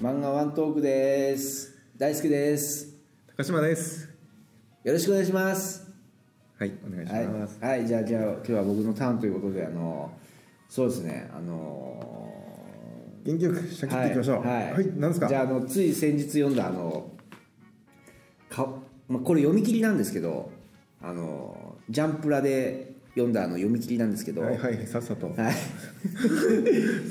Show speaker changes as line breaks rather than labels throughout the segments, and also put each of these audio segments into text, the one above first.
漫画ワントークです大好きです
高島です
よろしくお願いします
はいお願いし
はい
ます、、
はい、じゃあじゃあ今日は僕のターンということであのそうですねあの
元気よくシャキッといきましょう
はい
はい、なんですか
じゃああのつい先日読んだあのか、まあ、これ読み切りなんですけどあのジャンプラで読んだあの読み切りなんですけど、
はいはいさっさと、
はい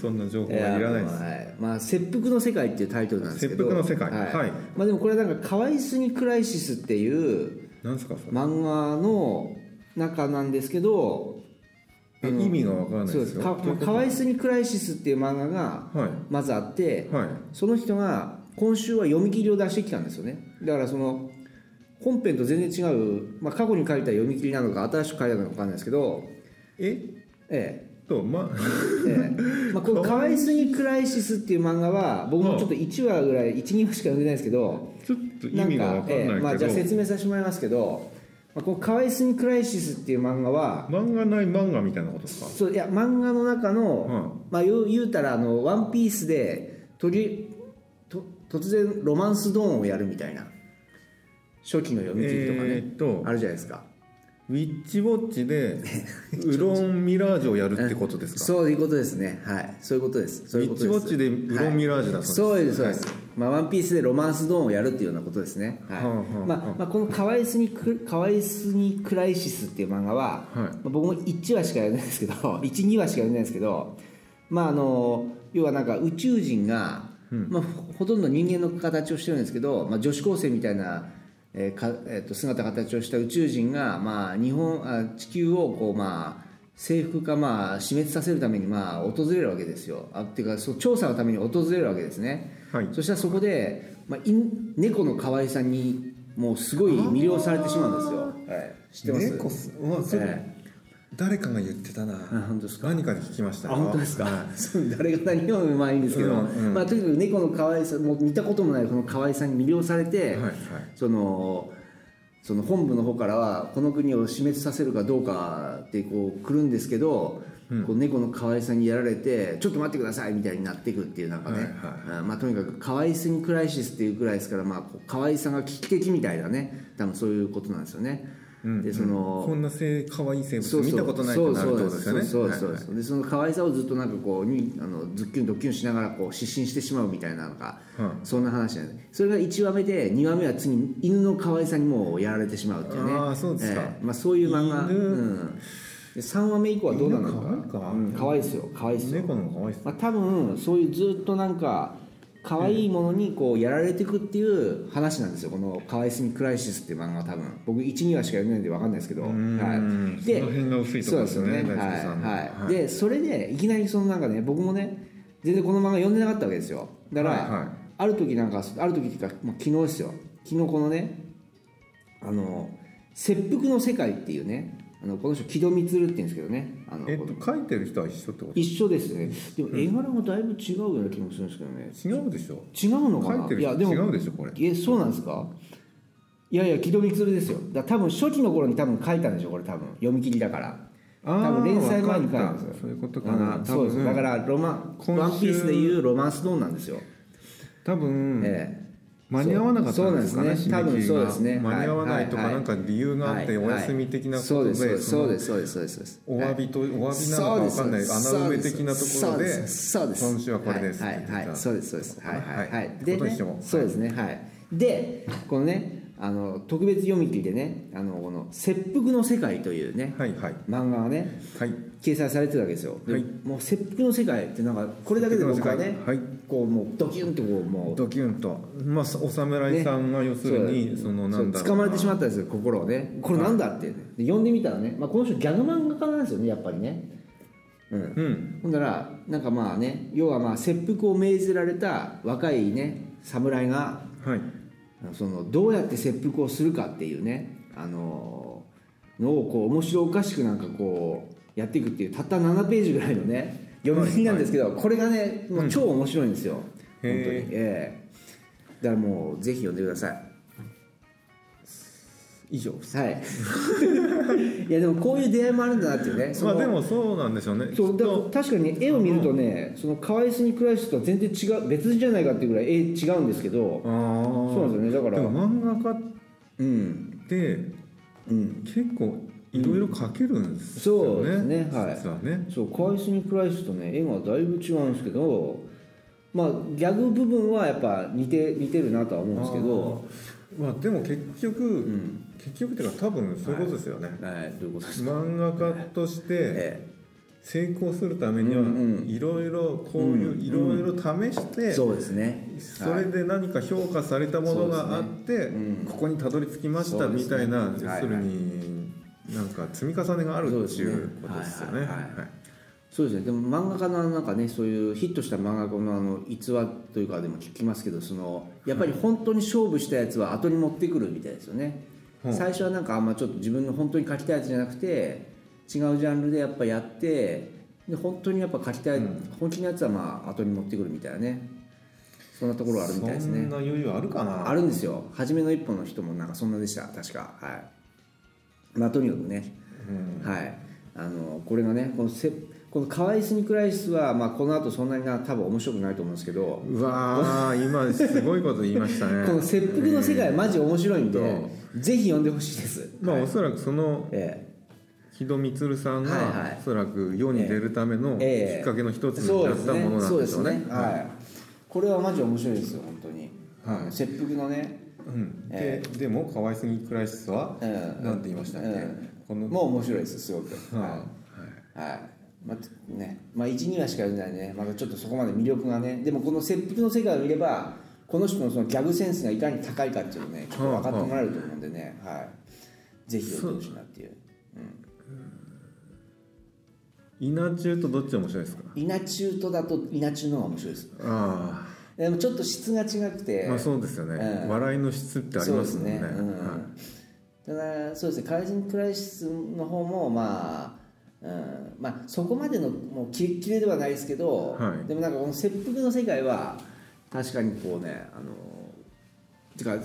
そんな情報
いや
はいらないです、
まあはいまあ「切腹の世界」っていうタイトルなんですけど
切腹の世界はい
まあ、でもこれなんか「カワイスニクライシス」っていう
なんですかそれ、
漫画の中なんですけど
え意味がわからない
そう
で
ですす
よ
かまあ「カワイスニクライシス」っていう漫画が
はい
まずあって、
はい
その人が今週は読み切りを出してきたんですよねだからその本編と全然違う、まあ、過去に書いた読み切りなのか新しく書いたのか分かんないですけど
え
ええ
っとま あ
ええまあ、こ の「かわいすぎクライシス」っていう漫画は僕もちょっと1話ぐらい12話しか読んでないですけど
ちょっと意味がわかんないけど、
ええまあ、じゃあ説明させてもらいますけど「まあ、このかわいすぎクライシス」っていう漫画は
漫画ない漫画みたいなことですか
そういや漫画の中の、まあ、言う言うたらあの「ワンピースでとりと突然ロマンスドーンをやるみたいな初期の読み切りとか
え
ね、
ーっと
あるじゃないですか
ウィッチウォッ チでウロンミラージュをやるってことですか
そういうことですねはいそういうことですそういうことです
ウィッチウォッチでウロンミラージュだ
そ
そうう
で
ですす
そうです、まあ、ワンピースでロマンスドーンをやるっていうようなことですね、はい
はあはあはあ
まあまあ、このカワイスニク「カワイスニクライシス」っていう漫画は、まあ僕も1話しかやらないですけど12 話しかやらないですけどまああの要はなんか宇宙人が、まあ、ほほとんど人間の形をしてるんですけど、まあ、女子高生みたいな、えーかえー、と姿形をした宇宙人が、まあ、日本あ地球をこうまあ征服かまあ死滅させるためにまあ訪れるわけですよあっていうかそう調査のために訪れるわけですね、
はい
そしたらそこで、まあ、い猫の可愛さにもうすごい魅了されてしまうんですよ、はい、知ってます
猫すうわそれ、
え
誰かが言ってたな
本当ですか
何かで聞きました
あ本当ですか、
は
そう 誰が何をうまいんですけど、
うんうん
まあ、とにかく猫の可愛さもう見たこともないこの可愛さに魅了され
い
て、
はいはい
そのその本部の方からはこの国を死滅させるかどうかってこう来るんですけど、こう猫の可愛さにやられてちょっと待ってくださいみたいになっていくっていうなんかね、
はい
あまあ、とにかく可愛すぎクライシスっていうくらいですから、まあ、こう可愛さが危機的みたいなね多分そういうことなんですよね。でその、
こんなせ可愛い生
そう
物
そう
見たことないってなるってことですよね
そうそうそうそう
はい
そうでその可愛さをずっとなんかこうにあのズッキュンドッキュンしながらこう失神してしまうみたいなのが、
うん
そんな話なんですそれが1話目で2話目は次に犬の可愛さにもうやられてしまうっていうね
あーそうですか
ええまあ、そういう漫画、
犬
うん、で3話目以降はどうなのか
犬可愛いか
うん、可愛いですよ可愛いですよ、
猫の方が可愛いっす
まあ、多分そういうずっとなんか可愛いものにこうやられていくっていう話なんですよこの「可愛すぎクライシス」っていう漫画は多分僕12話しか読んでないんで分かんないですけど、
ん
はい、で
その辺が薄いところですよ
そう
ね
ですよね
大輔さんの
はい
は
はい
い
でそれでいきなりそのなんかね僕もね全然この漫画読んでなかったわけですよだから、
はいはい
ある時なんかある時っていうか、まあ、昨日ですよ昨日このねあの「切腹の世界」っていうねあのこの人木戸満っていうんですけどねあの
えっと書いてる人は一緒ってこ
一緒ですねでも絵柄もだいぶ違うような気もするんですけどね
と違うでしょ
違うのか
書い
な
てる
いやで
人違
も
うでしょこれ
えそうなんですかいやいや木戸光ですよだから多分初期の頃に多分書いたんでしょこれ多分読み切りだから
あー
多分連載前に書いたんですよ
わかったそういうことかな
うん
多
そうですだか
分
らロマン「
今週
ワンピースでいうロマンスドーンなんですよ、
多分
ええ
間に合わなかったんですか
そ
ね、
うそうなんですね
締め切り
多分
が
そうですね
間に合わないとか、
はい
なんか理由があって、
はい
お休み的なこ
そ
と
う
で、
です
その
そうですそうですそうですそうです
お詫びと、お詫びなのかわかんない、穴埋め的なところで、
そうです
今週はこれです
は
っ
い
て言ってた
はい、はい、そうですそうですはいはいはい、
はい
で、
今
ね
年も、
そうですねはいでこのねあの特別読み切りでねあのこの「切腹の世界」というね、
はいはい、
漫画がね
はい、
掲載されてるわけですよ、で
はい
もう切腹の世界ってなんかこれだけで僕はね、
はい
こうもうドキュンとこうもう
ドキュンと、まあ、お侍さんが要するに、そのなんだ
そう
ろう
捕ま
な
れてしまったんですよ心をねこれなんだって、で読んでみたらね、まあ、この人ギャグ漫画家なんですよねやっぱりねうん
うん、
ほんならなんかまあね要はまあ切腹を命じられた若いね侍が
はい、
そのどうやって切腹をするかっていうねあののをこう面白おかしくなんかこうやっていくっていうたった7ページぐらいのね読み切りなんですけど、これがねもう超面白いんですよ、本
へ
当に
ー
ええだからもうぜひ読んでください
以上
はい。 いやでもこういう出会いもあるんだなっていうね。そ
ま
の
あでもそうなんでしょうね
そう
き
だ
っ
から
と
確かに絵を見るとね、その可愛すにクライシスとは全然違う別人じゃないかっていうぐらい絵違うんですけど、
あー
そうなんですよねだから
でも漫画家っ
うん
て
うん、
結構いろいろ描けるんです
そ
よ
う
ね、
ですねはい
実はね
そう可愛すにクライシスとね絵がだいぶ違うんですけど、まあギャグ部分はやっぱ似て似てるなとは思うんですけど、
あーまあでも結局、
うん、
結局っていうか多分そういうことですよね、
はいどういうことですか。
漫画家として
え
成功するために
うんうん
はいろいろこういういろいろ試して
え、そうですね。
それで何か評価されたものがあって
すねうん
ここにたどり着きました
そうで
み
すね
たいな
はい
要
はい
するになんか積み重ねがあるっていうことですよね。
そうですねはいはいはいそうですねでも漫画家のなんかねそういうヒットした漫画家のあの逸話というかでも聞きますけどそのやっぱり本当に勝負したやつは後に持ってくるみたいですよね、
うん
最初はなんかあんまちょっと自分の本当に書きたいやつじゃなくて違うジャンルでやっぱやってで本当にやっぱ書きたい、本気のやつはまあ後に持ってくるみたいなねそんなところあるみたいです
そん
ね
な余裕あるかな。
あるんですよ初めの一歩の人もなんかそんなでした確かはいまあとにかくね
うん
はい、あのこれがねこのせこの可愛いスニークライスは、まあ、この後そんなにな多分面白くないと思うんですけど、
うわー今すごいこと言いましたね。
この切腹の世界マジ面白いんで、
え
ぜひ読んでほしいです。
まあ
はい
おそらくその
え
木戸光さん
はいは
が
い
おそらく世に出るためのき
ええ
っかけの一
え
つに
そう
な
で
っ
す
たもの
ね、
な
そ
ん
う
で
で
し
す
ょう
ね
ね。、
はい、これはマジ面白いですよ、本当に、
はい
切腹のね、
うんででも可愛すぎクライシスは
うん
なんて言いましたっけ
うん
この
もう面白いです、すごく。
はい
はいはいまあねまあ、1、2話しか読んでないね、まだちょっとそこまで魅力がね、でもこの切腹の世界を見れば、この人のそのギャグセンスがいかに高いかっていうのをね、ちょっと分かってもらえると思うんでね、はい、ぜひ読んでほしいなっていう。
稲中とどっちが面白いですか
稲中とだと稲中の方が面白いです。
あ
でもちょっと質が違くて、
あまあそうですよ
え
ね
え
笑いの質ってありますもんね
そうですねうん
は
ただそうですねカイジン・クライシスの方もまあ、うんまあ、そこまでのもうキレッキレではないですけど、
はい
でもなんかこの切腹の世界は確かにこうねあのてか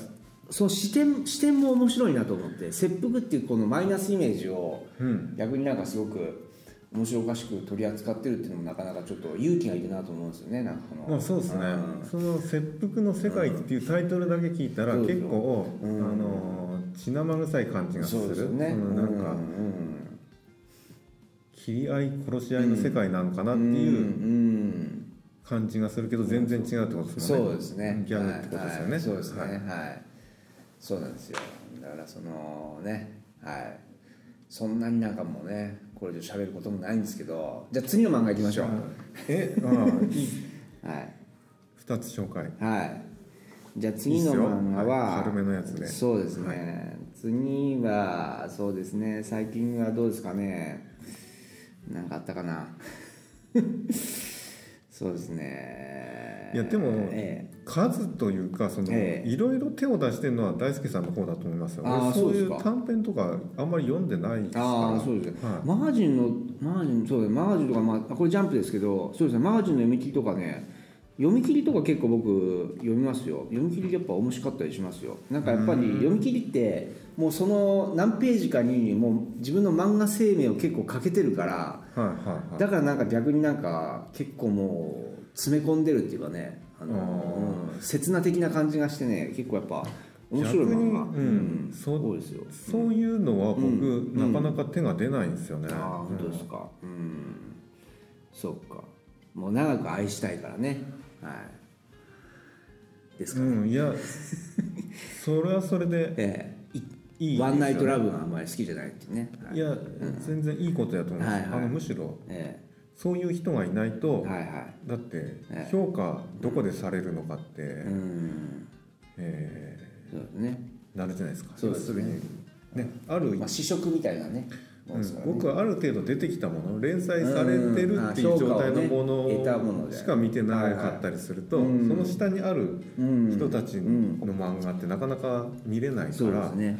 その視点視点も面白いなと思って切腹っていうこのマイナスイメージを
いうん
逆になんかすごく面白おかしく取り扱ってるっていうのもなかなかちょっと勇気がいるなと思うんですよねなんかこの
まあそうですね
ん
その「切腹の世界」っていうタイトルだけ聞いたら
そうそう
結構あ
うん
の血生臭い感じがす
そう
る
です
そ
よね
のなん
う
か
ん
切り合い殺し合いの世界なのかなってい
うん
う
うん
感じがするけど全然違うってことですよね
そうですね。
ギャグってことですよね、
はいはいそうですね。
は
はいい。そうなんですよ。だからそのね、はい。そんなになんかもうね、これで喋ることもないんですけど、じゃあ次の漫画行きましょう。
えうんいい
はい。
2つ紹介
はい。じゃあ次の漫画
いいっ
は
すよはい軽めのやつで
そうですね。次はそうですね。最近はどうですかね。なんかあったかな。 そうですね。
いやでも
え
数というかその、
ええ
いろいろ手を出してるのは大輔さんの方だと思いますよ
あー
俺そ
そ
うい
うで
う
すか
短編とかあんまり読んでないです
え、
から
ああそうですね。
は
マガジンのマガジンそうだねマガジンとか、まあ、これジャンプですけどそうですねマガジンの読み切りとかね読み切りとか結構僕読みますよ読み切りやっぱ面白かったりしますよなんかやっぱり読み切りってもうその何ページかにもう自分の漫画生命を結構かけてるから
い、はいはいはい
だからなんか逆になんか結構もう詰め込んでるっていうかねあの、うん刹那的な感じがしてね結構やっぱ面白い漫画、
逆にうんそう
そうですよ
そういうのは僕、
うん
なかなか手が出ないんですよね、
ああ本当ですかうん、そっかもう長く愛したいからねはいですか、
うん いやそれはそれで
ええ
いいですよ
ワンナイトラブがあんまり好きじゃないっていうね、はい
いや、全然いいことやと思います、
はいはい
あのむしろ
え
そういう人がいないと、
えはいはい
だって
え
評価どこでされるのかって、
うん
え
そうですね、
ーなるじゃないですか
そうですね
要るにねある、
まあ、試食みたいなねも
う
うんですからね
僕はある程度出てきたもの連載されて
うん
る
あ
っていう状態のも
評価をね得たもの
の
で
しか見てなかったりすると、
はいはいうん
その下にある
うん
人たちの漫画ってなかなか見れないか
そうで
ら
す、ね、はい、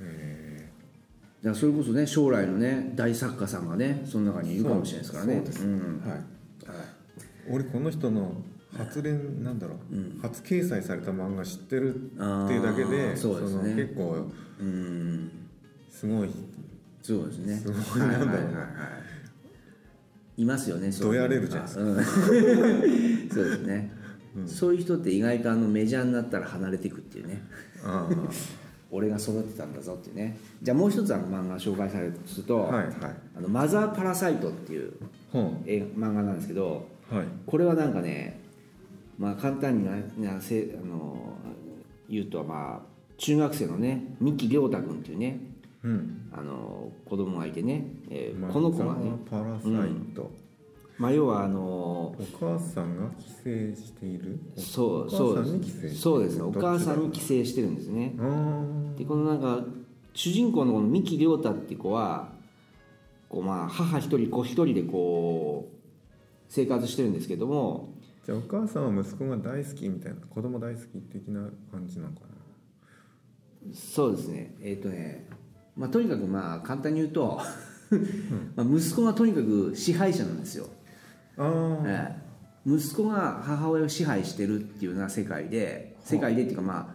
え
じゃあそれこそね将来のね大作家さんがねその中にいるかもしれないですからね
そうです
うん
ーはい、俺この人の初連なんだろう、初掲載された漫画知ってるっていうだけ
あー
で
そうですね
の結構
うん
すごい
そうですね
すごいなんだろうな
はいはいはいはいいますよねそう
どやれるじゃないです
か、うん そうですね、そういう人って意外とあのメジャーになったら離れていくっていうね
あー
俺が育てたんだぞっていうねじゃあもう一つあの漫画紹介されるとすると、
はいはい
あのマザーパラサイトっていう
本
絵漫画なんですけど
はい
これはなんかねまあ簡単にななせあの言うとまあ中学生のね三木亮太君っていうね
うん
あの子供がいてね、えー
まあ
この子がね、
パラサイト、
まあ、要はあの
お母さんが帰省している
そう
お
そう
母さんに
で
帰省してる
すそうですねお母さんに
どっ
寄生してるんですね
ちだろうあ
でこのなんか主人公のこの三木亮太って子はこうまあ母一人子一人でこう生活してるんですけども
ーじゃあお母さんは息子が大好きみたいな子供大好き的な感じなのか
そうですねえっ、とね、まあ、とにかくまあ簡単に言うと まあ息子がとにかく支配者なんですよ、
なあー、
ええ息子が母親を支配してるっていうような世界で世界でっていうかまあ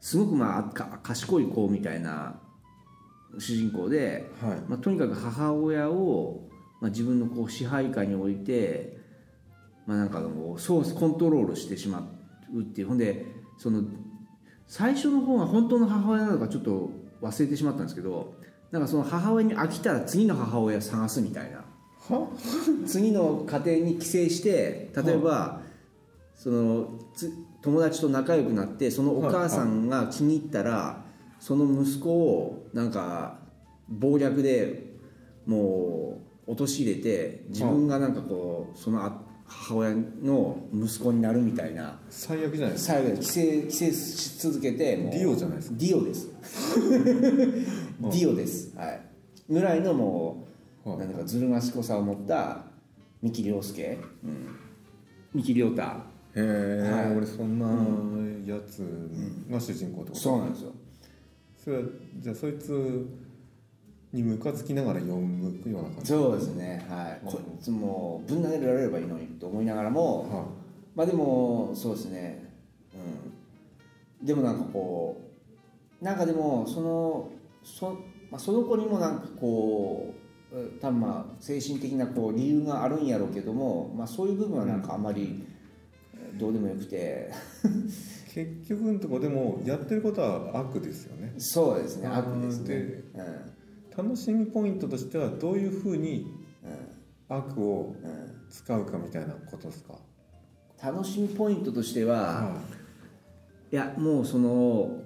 すごくまあか賢い子みたいな主人公で
はい
まあ、とにかく母親を、まあ、自分のこう支配下に置いて、まあ、なんかもうそうコントロールしてしまうっていうほんでその最初の方が本当の母親なのかちょっと忘れてしまったんですけどなんかその母親に飽きたら次の母親探すみたいな
は
次の家庭に帰省して例えば、そのつ友達と仲良くなってそのお母さんが気に入ったら、その息子をなんか暴虐でもう陥れて自分がなんかこうそのあ母親の息子になるみたいな
最悪じゃないですか
最後に帰省帰省し続けてもう
ディオじゃないです
ディオですディオですはいぐらいのもう、
はい
なんかずる賢さを持った三木亮介、うん、三木亮太
へえ、
はい
俺そんなやつが主人公ってこと
そうなんですよ
それはじゃあそいつにムカつきながら読むような感じ
そうですねはい、こいつもうぶん投げられればいいのにと思いながらも、
は
まあでもそうですねうんでもなんかこうなんかでもそのそ,、まあ、その子にもなんかこううん多分まあ精神的なこう理由があるんやろうけども、まあ、そういう部分はなんかあんまりどうでもよくて、
い結局のとこでもやってることは悪ですよね
そうですね
うん
悪ですね
で楽しみポイントとしてはどういうふうに悪を
うんうん、
使うかみたいなことですか、
楽しみポイントとしては、
はい
やもうその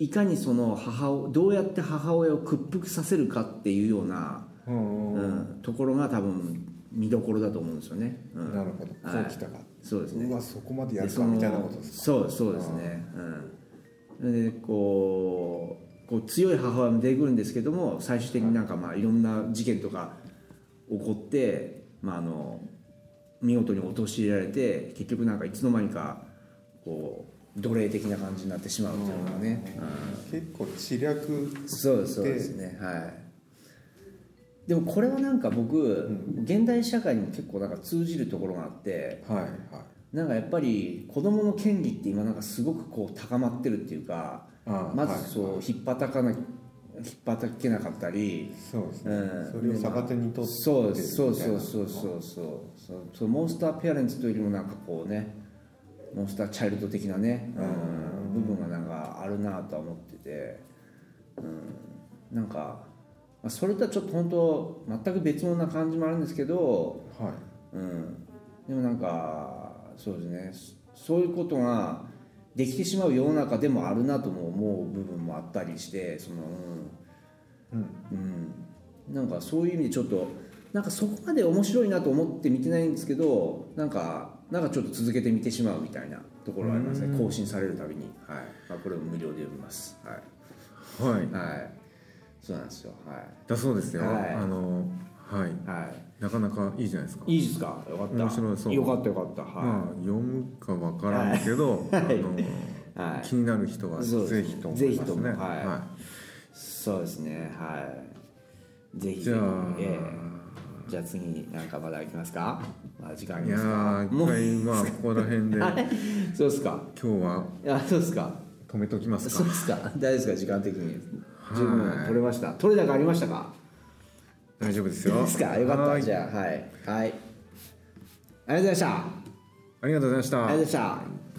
いかにその母をどうやって母親を屈服させるかっていうような、
いうんうん
う
うん
ん、ところが多分見どころだと思うんですよね。うん
なるほどこ
はいう
きたか、
そうですね
うわそこまでや
で
る
そ
か
の
みたいなことですか
そうそうですねうんでこうこう強い母親も出てくるんですけども最終的になんかまあいろんな事件とか起こって、まあ、あの見事に陥れられて結局なんかいつの間にかこう奴隷的な感じになってしまうっていうのがね、
結構知略
うんそうですそうですねはいでもこれはなんか僕、現代社会にも結構なんか通じるところがあって、
はいはい
なんかやっぱり子どもの権利って今なんかすごくこう高まってるっていうか
ああ
ま
はい
ずそうひっぱたかなひっぱたけなかったり、
そうです
う
ね、
ん、
それを逆手にとって
そう
みたいな
そうそうそうそうそうそうそうモンスターペアレンツというよりもなんかこうねモンスターチャイルド的なね、うん、部分がなんかあるなとは思ってて、うん、なんかまあそれとはちょっと本当全く別物な感じもあるんですけど
は
う
い
ん、でもなんかそうですねそそういうことができてしまう世の中でもあるなとも思う部分もあったりしてそのうん、うん、なんかそういう意味でちょっとなんかそこまで面白いなと思って見てないんですけどなんかなんかちょっと続けて見てしまうみたいなところはありますね更新されるたびに、はいまあ、これを無料で読みますはい、
はい
はい、そうなんですよはい
だそうですよ、
はい
あのはい
は
なかなかいいじゃないですか
い、いいですかよかった
面白いそう
よかったよかったは
まあ読むかわからんけど、あの
い、はい、
気になる人は
そうですね
ぜひと思いま
ぜひと
す
も
ね。
はい
は
そうですねはいぜ
い
ひ
じゃあ、
ええじゃあ次なんかまだ行きますかあ時間あ
い
り
や
ます
ー
か
一回まあここら辺で今
あれそうですか
日は
あそうですか
止めときます
そう
か
ですか大丈夫ですか時間的に
はい
十分取れました取れ高ありましたか
大丈夫ですよ
ですかよかっ
は
た
い
じゃあはいはいありがとうございました
ありがとうございました
ありがとうございました